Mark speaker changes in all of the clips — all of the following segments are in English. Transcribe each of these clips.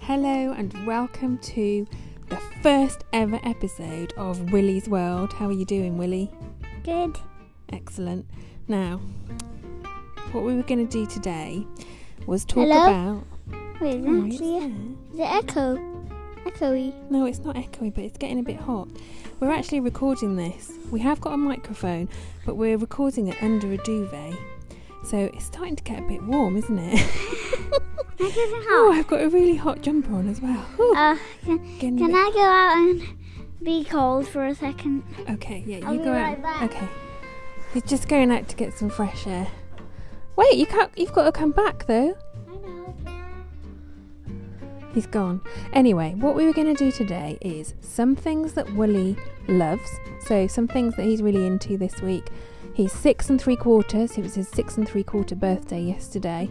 Speaker 1: Hello and welcome to the first ever episode of Willie's World. How are you doing, Willie?
Speaker 2: Good.
Speaker 1: Excellent. Now, what we were going to do today was talk
Speaker 2: Hello?
Speaker 1: about.
Speaker 2: Wait,
Speaker 1: Oh, it's
Speaker 2: is that the,
Speaker 1: there.
Speaker 2: the echo? Echoey.
Speaker 1: No, it's not echoey, but it's getting a bit hot. We're actually recording this. We have got a microphone, but we're recording it under a duvet. So it's starting to get a bit warm, isn't
Speaker 2: Ah.
Speaker 1: it?
Speaker 2: Is it
Speaker 1: Oh,
Speaker 2: hot?
Speaker 1: I've got a really hot jumper on as well. Ooh,
Speaker 2: Uh,
Speaker 1: getting a
Speaker 2: can
Speaker 1: bit-
Speaker 2: I go out and be cold for a second?
Speaker 1: Okay, yeah, you
Speaker 2: I'll be
Speaker 1: go
Speaker 2: right
Speaker 1: out.
Speaker 2: back.
Speaker 1: Okay, you're just going out to get some fresh air. Wait, you can't. You've got to come back though.
Speaker 2: I know.
Speaker 1: He's gone. Anyway, what we were going to do today is some things that Wooly loves. So some things that he's really into this week. He's six and three quarters. It was his six and three quarter birthday yesterday,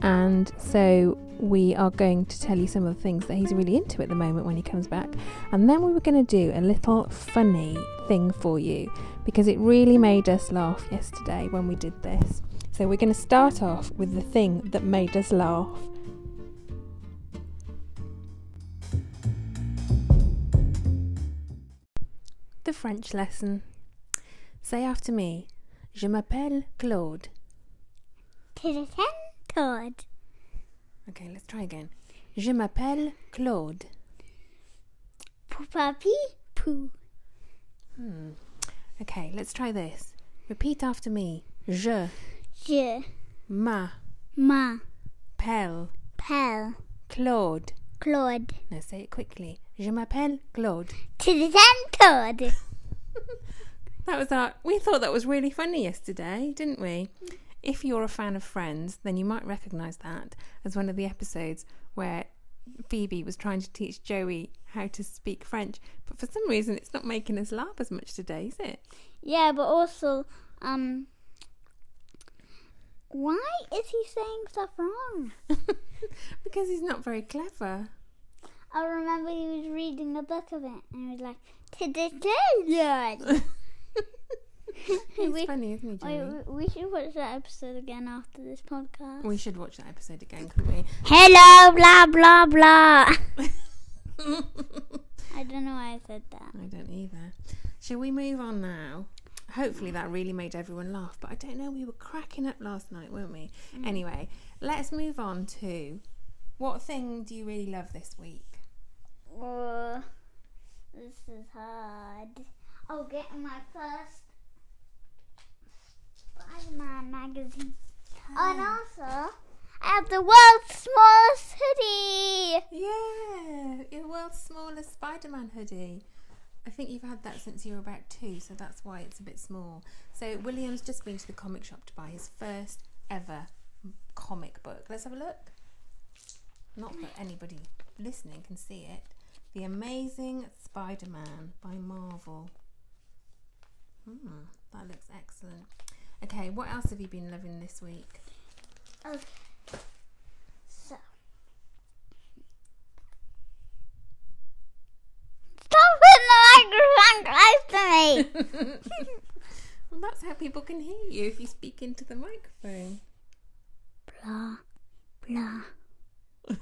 Speaker 1: and so we are going to tell you some of the things that he's really into at the moment when he comes back. And then we were going to do a little funny thing for you because it really made us laugh yesterday when we did this. So we're going to start off with the thing that made us laugh. The French lesson. Say after me, Je m'appelle Claude.
Speaker 2: To the ten chord.
Speaker 1: Okay, let's try again. Je m'appelle Claude.
Speaker 2: Poopa pee poo.
Speaker 1: Hmm. Okay, let's try this. Repeat after me. Je
Speaker 2: Je
Speaker 1: m'appelle
Speaker 2: ma pel
Speaker 1: Claude.
Speaker 2: Claude.
Speaker 1: Now say it quickly. Je m'appelle Claude.
Speaker 2: To the ten chord.
Speaker 1: That was our. We thought that was really funny yesterday, didn't we? If you're a fan of Friends, then you might recognise that as one of the episodes where Phoebe was trying to teach Joey how to speak French. But for some reason, it's not making us laugh as much today, is it?
Speaker 2: Yeah, but also, um, why is he saying stuff wrong?
Speaker 1: because he's not very clever.
Speaker 2: I remember he was reading a book of it and he was like, to the ten chord.
Speaker 1: He's
Speaker 2: We-
Speaker 1: funny, isn't he, Joey?
Speaker 2: Wait, we- we should watch that episode again after this podcast.
Speaker 1: we should watch that episode again, could we?
Speaker 2: Hello, blah blah blah.
Speaker 1: I
Speaker 2: I don't know why I said that.
Speaker 1: don't either. Shall we move on now? Hopefully that really made everyone laugh, but I don't know. We were cracking up last night, weren't we? Anyway, let's move on to what thing do you really love this week?
Speaker 2: Oh, this is hard. Oh, getting my first Spider-Man magazine. Oh, and also, I have the world's smallest hoodie.
Speaker 1: Yeah, your world's smallest Spider Man hoodie. I think you've had that since you were about two, so that's why it's a bit small. So, William's just been to the comic shop to buy his first ever comic book. Let's have a look. Not that anybody listening can see it. The Amazing Spider Man by Marvel. Hmm, that looks excellent. Okay, what else have you been loving this week?
Speaker 2: Okay. So. Stop putting the microphone close to me.
Speaker 1: well, that's how people can hear you if you speak into the microphone.
Speaker 2: blah blah.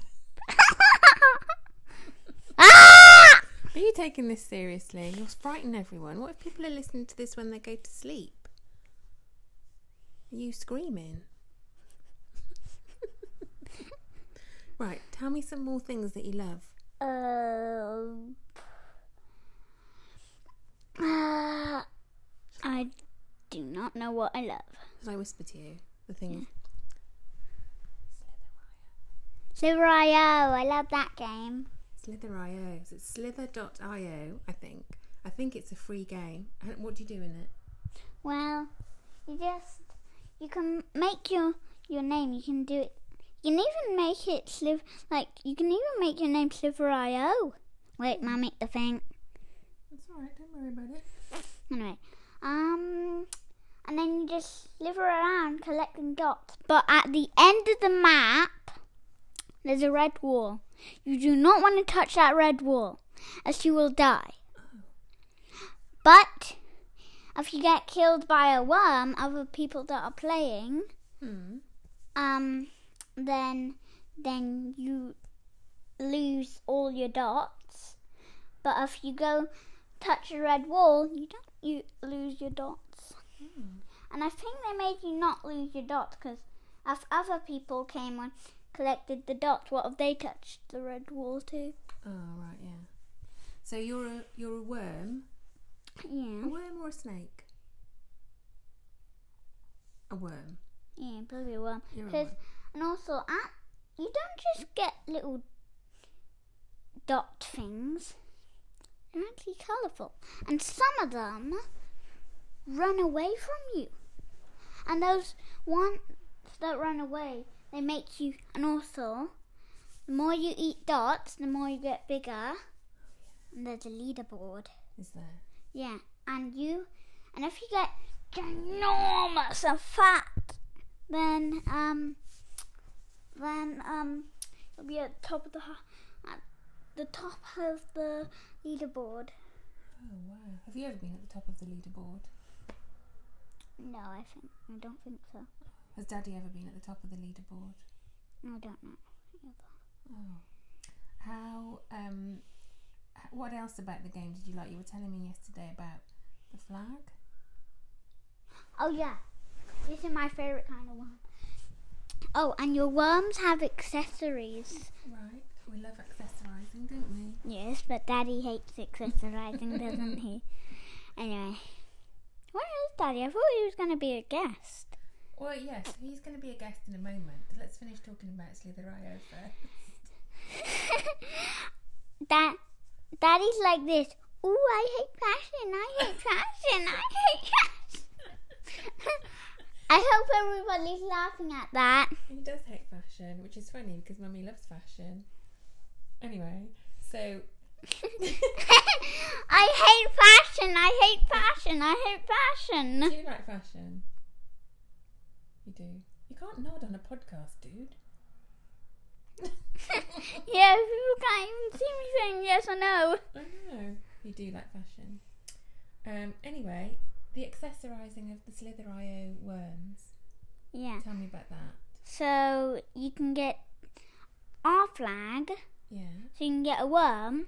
Speaker 2: ah!
Speaker 1: Are you taking this seriously? You're frightening everyone. What if people are listening to this when they go to sleep? Are you screaming? right, tell me some more things that you love.
Speaker 2: Um. Uh, I do not know what I love.
Speaker 1: Should I whisper to you the things?
Speaker 2: Slither.io, I love that game.
Speaker 1: Slither.io. Is it slither.io? I think. I think it's a free game. And what do you do in it?
Speaker 2: Well, you just you can make your your name. You can do it. You can even make it sliv like you can even make your name Slither.io. Wait, mum, make the thing.
Speaker 1: It's alright, don't worry about it.
Speaker 2: Anyway, um, and then you just slither around collecting dots. But at the end of the map, there's a red wall. You do not want to touch that red wall, as you will die. But if you get killed by a worm, other people that are playing,
Speaker 1: Hmm.
Speaker 2: um, then then you lose all your dots. But if you go touch a red wall, you don't you lose your dots. And I think they made you not lose your dots because if other people came and collected the dots, what if they touched the red wall too?
Speaker 1: Oh right, yeah. So you're a you're a worm, a
Speaker 2: Yeah,
Speaker 1: worm or a snake? A worm.
Speaker 2: yeah, probably a worm.
Speaker 1: You're a
Speaker 2: 'Cause-
Speaker 1: worm.
Speaker 2: And also, uh, you don't just get little dot things. They're actually colourful, and some of them run away from you. And those ones that run away, they make you. And also, the more you eat dots, the more you get bigger. And there's a leaderboard.
Speaker 1: Is there?
Speaker 2: Yeah, and you, and if you get ginormous and fat, then um, then um, you'll be at the top of the ho- at the top of the leaderboard.
Speaker 1: Oh wow. Have you ever been at the top of the leaderboard?
Speaker 2: No, I think I don't think so.
Speaker 1: Has Daddy ever been at the top of the leaderboard?
Speaker 2: I don't know.
Speaker 1: Oh. How um h- what else about the game did you like? You were telling me yesterday about the flag.
Speaker 2: Oh yeah, this is my favorite kind of worm. Oh, and your worms have accessories.
Speaker 1: Right. We love accessorising, don't we?
Speaker 2: Yes, but Daddy hates accessorizing, doesn't he? Anyway, where is Daddy? I thought he was going to be a guest.
Speaker 1: Well, yes, he's going to be a guest in a moment. Let's finish talking about Slither IO first.
Speaker 2: that daddy's like this. Ooh, I hate fashion. I hate fashion. I hate fashion. I hope everybody's laughing at that.
Speaker 1: He does hate fashion, which is funny because Mummy loves fashion. Anyway, so
Speaker 2: I hate fashion. I hate fashion. I hate
Speaker 1: do
Speaker 2: fashion.
Speaker 1: you like fashion? You do. You can't nod on a podcast, dude.
Speaker 2: Yeah, people can't even see me saying yes or no.
Speaker 1: I know. You do like fashion. Um. Anyway, the accessorising of the Slither IO worms.
Speaker 2: Yeah.
Speaker 1: Tell me about that.
Speaker 2: So you can get our flag.
Speaker 1: Yeah.
Speaker 2: So you can get a worm.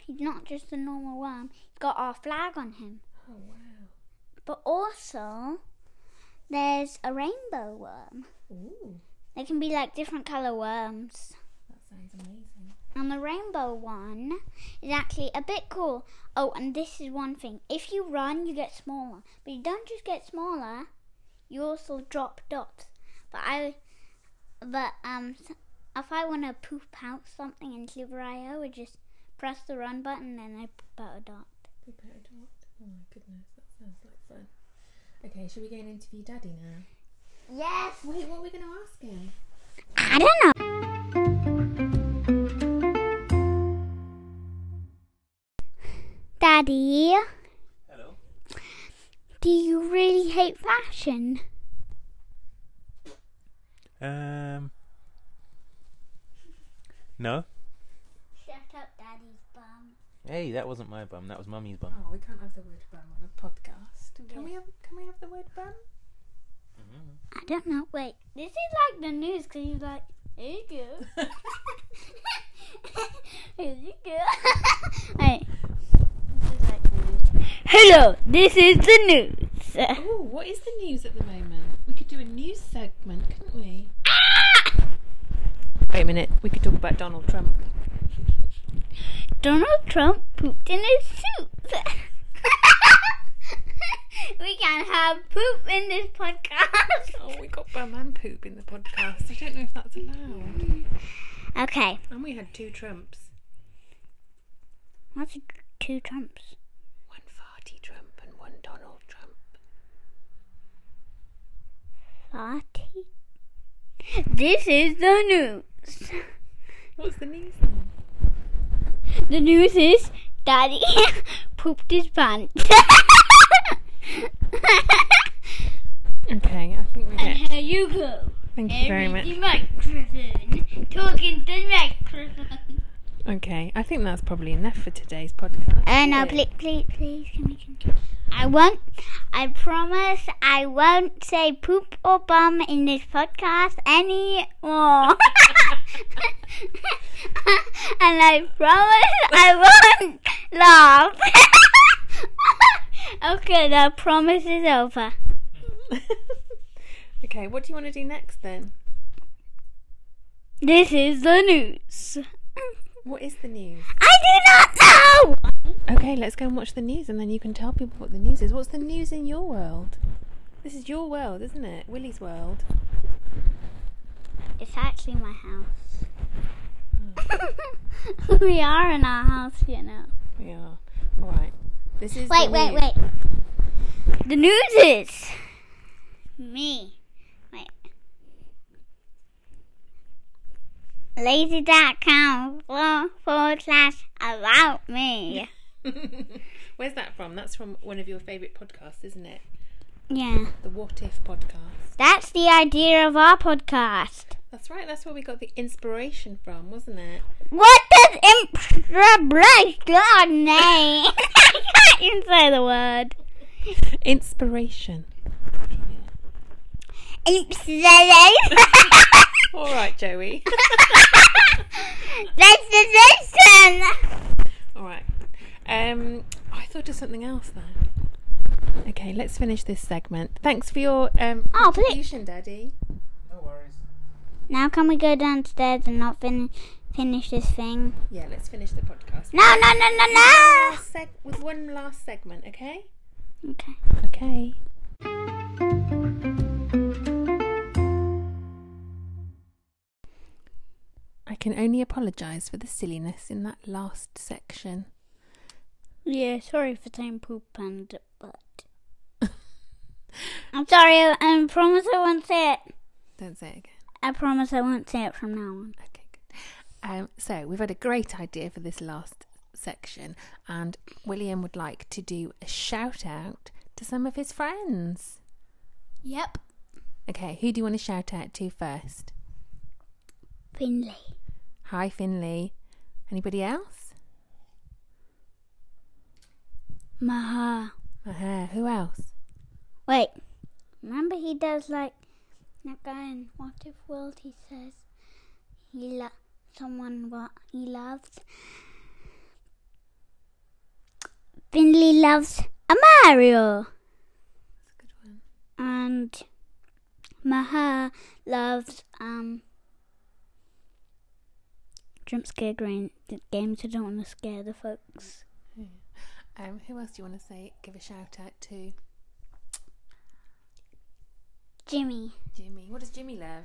Speaker 2: He's not just a normal worm. He's got our flag on him.
Speaker 1: Oh wow.
Speaker 2: But also, there's a rainbow worm.
Speaker 1: Ooh,
Speaker 2: They can be like different color worms.
Speaker 1: that sounds amazing.
Speaker 2: And the rainbow one is actually a bit cool. Oh, and this is one thing. If you run, you get smaller. But you don't just get smaller, you also drop dots. But I, but um, s- if I want to poop out something in Sliver I would just press the run button and I poop out a dot.
Speaker 1: Prepare to what? Oh my goodness, that sounds like fun. Okay, should we go and interview Daddy now?
Speaker 2: Yes!
Speaker 1: Wait, what are we going to ask him?
Speaker 2: I don't know. Daddy,
Speaker 3: Hello.
Speaker 2: do you really hate fashion?
Speaker 3: Um. No.
Speaker 2: Shut up, Daddy's bum.
Speaker 3: Hey, that wasn't my bum. That was Mummy's bum.
Speaker 1: Oh, we can't have the word bum on a podcast. Can we have? Can we have the word bum?
Speaker 2: I don't know. Wait, this is like the news because you're like, here you go. here you go. Wait. This is like the news. Hello, this is the news.
Speaker 1: Oh, what is the news at the moment? We could do a news segment, couldn't we? Wait a minute. We could talk about Donald Trump.
Speaker 2: Donald Trump pooped in his soup. we can have poop in this podcast.
Speaker 1: Oh, we got bum and poop in the podcast. I don't know if that's allowed.
Speaker 2: Okay,
Speaker 1: And we had two Trumps.
Speaker 2: that's two Trumps.
Speaker 1: One farty Trump and one Donald Trump.
Speaker 2: Party. This is the news.
Speaker 1: What's the news? Then?
Speaker 2: The news is Daddy pooped his pants.
Speaker 1: Okay, I think we
Speaker 2: and here you go.
Speaker 1: Thank
Speaker 2: Here is The microphone. Talking to the microphone.
Speaker 1: Okay, I think that's probably enough for today's podcast.
Speaker 2: Uh, no, please, please, please, can we continue? I won't. I promise I won't say poop or bum in this podcast anymore. and I promise I won't laugh. okay, the promise is over.
Speaker 1: okay, what do you want to do next then?
Speaker 2: This is the news.
Speaker 1: What is the news?
Speaker 2: I do not know.
Speaker 1: Okay, let's go and watch the news and then you can tell people what the news is. What's the news in your world? This is your world, isn't it? Willie's world.
Speaker 2: It's actually my house. we are in our house, you know.
Speaker 1: Yeah. All right. This is the
Speaker 2: Wait, wait,
Speaker 1: news.
Speaker 2: wait. The news is me. Wait. Lazy.com forward slash about me.
Speaker 1: Where's that from? That's from one of your favourite podcasts, isn't it?
Speaker 2: Yeah.
Speaker 1: The What If podcast.
Speaker 2: That's the idea of our podcast.
Speaker 1: That's right. That's where we got the inspiration from, wasn't it?
Speaker 2: What does improbably God name? I can't even say the word.
Speaker 1: Inspiration.
Speaker 2: Improbably.
Speaker 1: All right, Joey.
Speaker 2: That's the system.
Speaker 1: All right. Um, I thought of something else then. Okay, let's finish this segment. Thanks for your um
Speaker 2: Oh, please.
Speaker 1: contribution, Daddy.
Speaker 3: No worries.
Speaker 2: Now can we go downstairs and not fin- finish this thing?
Speaker 1: Yeah, let's finish the podcast.
Speaker 2: No, no, no, no, no.
Speaker 1: Last seg- with one last segment, okay?
Speaker 2: Okay.
Speaker 1: Okay. I can only apologise for the silliness in that last section.
Speaker 2: Yeah, sorry for saying poop and butt. I'm sorry, I, I promise I won't say it.
Speaker 1: Don't say it again.
Speaker 2: I promise I won't say it from now on.
Speaker 1: Okay, good. Um, so we've had a great idea for this last section, and William would like to do a shout out to some of his friends.
Speaker 2: Yep.
Speaker 1: Okay, who do you want to shout out to first?
Speaker 2: Finley.
Speaker 1: Hi, Finley. Anybody else?
Speaker 2: Maha.
Speaker 1: Uh-huh. Who else?
Speaker 2: Wait. Remember he does like that guy in What If World he says he lo- someone what he loves. Finley loves a Mario
Speaker 1: That's a good one.
Speaker 2: and Maha loves um jump scare green games I don't want to scare the folks.
Speaker 1: Um, who else do you want to say? Give a shout out to
Speaker 2: Jimmy.
Speaker 1: Jimmy. What does Jimmy love?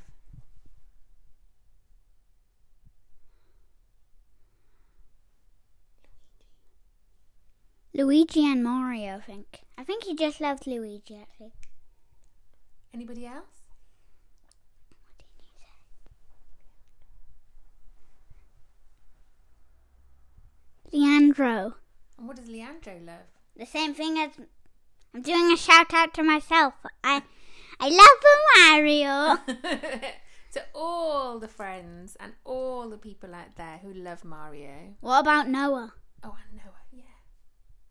Speaker 2: Luigi and Mario, I think. I think he just loves Luigi actually.
Speaker 1: Anybody else?
Speaker 2: Leandro.
Speaker 1: And what does Leandro love?
Speaker 2: The same thing as I'm doing a shout out to myself. I I love Mario.
Speaker 1: to all the friends and all the people out there who love Mario.
Speaker 2: what about Noah?
Speaker 1: Oh, and Noah, yeah.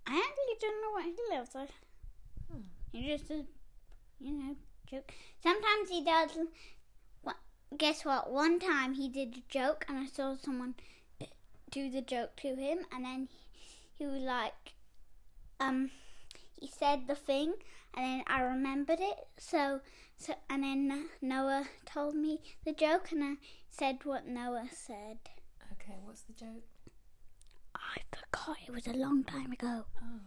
Speaker 2: I actually don't know what he loves. I, He just does, you know, joke. Sometimes he does. What? Guess what? One time he did a joke, and I saw someone do the joke to him, and then he, he was like, um, he said the thing, and then I remembered it. So, so, and then Noah told me the joke, and I said what Noah said.
Speaker 1: Okay, what's the joke?
Speaker 2: I forgot. It was a long time ago.
Speaker 1: Oh.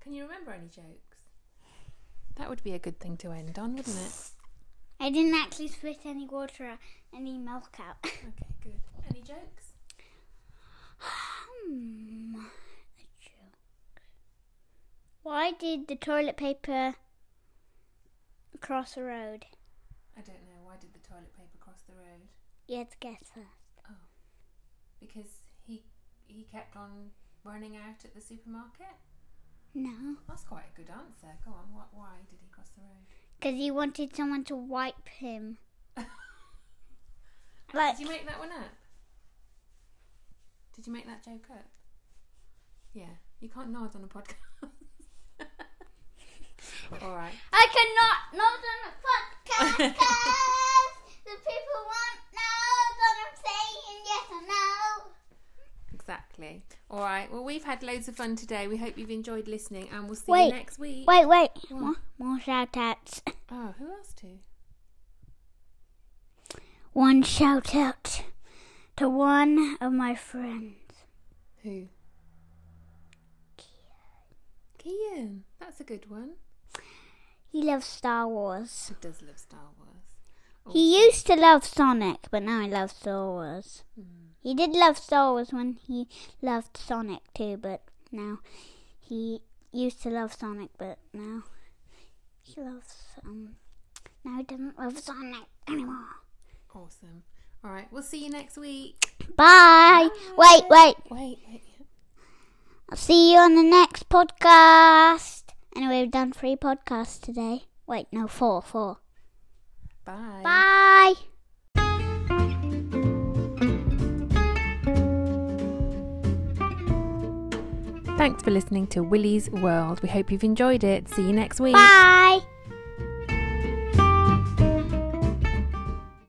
Speaker 1: Can you remember any jokes? That would be a good thing to end on, wouldn't it?
Speaker 2: I didn't actually spit any water, out- any milk out.
Speaker 1: Okay, good. Any jokes?
Speaker 2: Hmm, a joke. Why did the toilet paper cross the road?
Speaker 1: I don't know. Why did the toilet paper cross the road?
Speaker 2: You had to guess first.
Speaker 1: Because he he kept on running out at the supermarket.
Speaker 2: No,
Speaker 1: That's quite a good answer. Go on. What? Why did he cross the road?
Speaker 2: because he wanted someone to wipe him. Like,
Speaker 1: Did you make that one up? Did you make that joke up? Yeah, you can't nod on a podcast. All right.
Speaker 2: I cannot not on a podcast 'cause the people won't know that I'm saying
Speaker 1: right. Well, we've had loads of fun today. We hope you've enjoyed listening, and we'll see
Speaker 2: Wait.
Speaker 1: you next week.
Speaker 2: Wait, wait.
Speaker 1: What?
Speaker 2: More, more shout outs.
Speaker 1: Oh, who else to?
Speaker 2: One shout out to one of my friends.
Speaker 1: Who? Kian. That's a good one.
Speaker 2: He loves Star Wars.
Speaker 1: She does love Star Wars.
Speaker 2: He used to love Sonic, but now he loves Star Wars. He did love Star Wars when he loved Sonic too, but now he used to love Sonic, but now he loves um. Now he doesn't love Sonic anymore.
Speaker 1: Awesome. All right. We'll see you next week.
Speaker 2: Bye. Wait, wait.
Speaker 1: Wait, wait.
Speaker 2: I'll see you on the next podcast. Anyway, we've done three podcasts today. Wait, no, four, four.
Speaker 1: Bye.
Speaker 2: Bye.
Speaker 1: Thanks for listening to Willie's World. We hope you've enjoyed it. See you next week.
Speaker 2: Bye.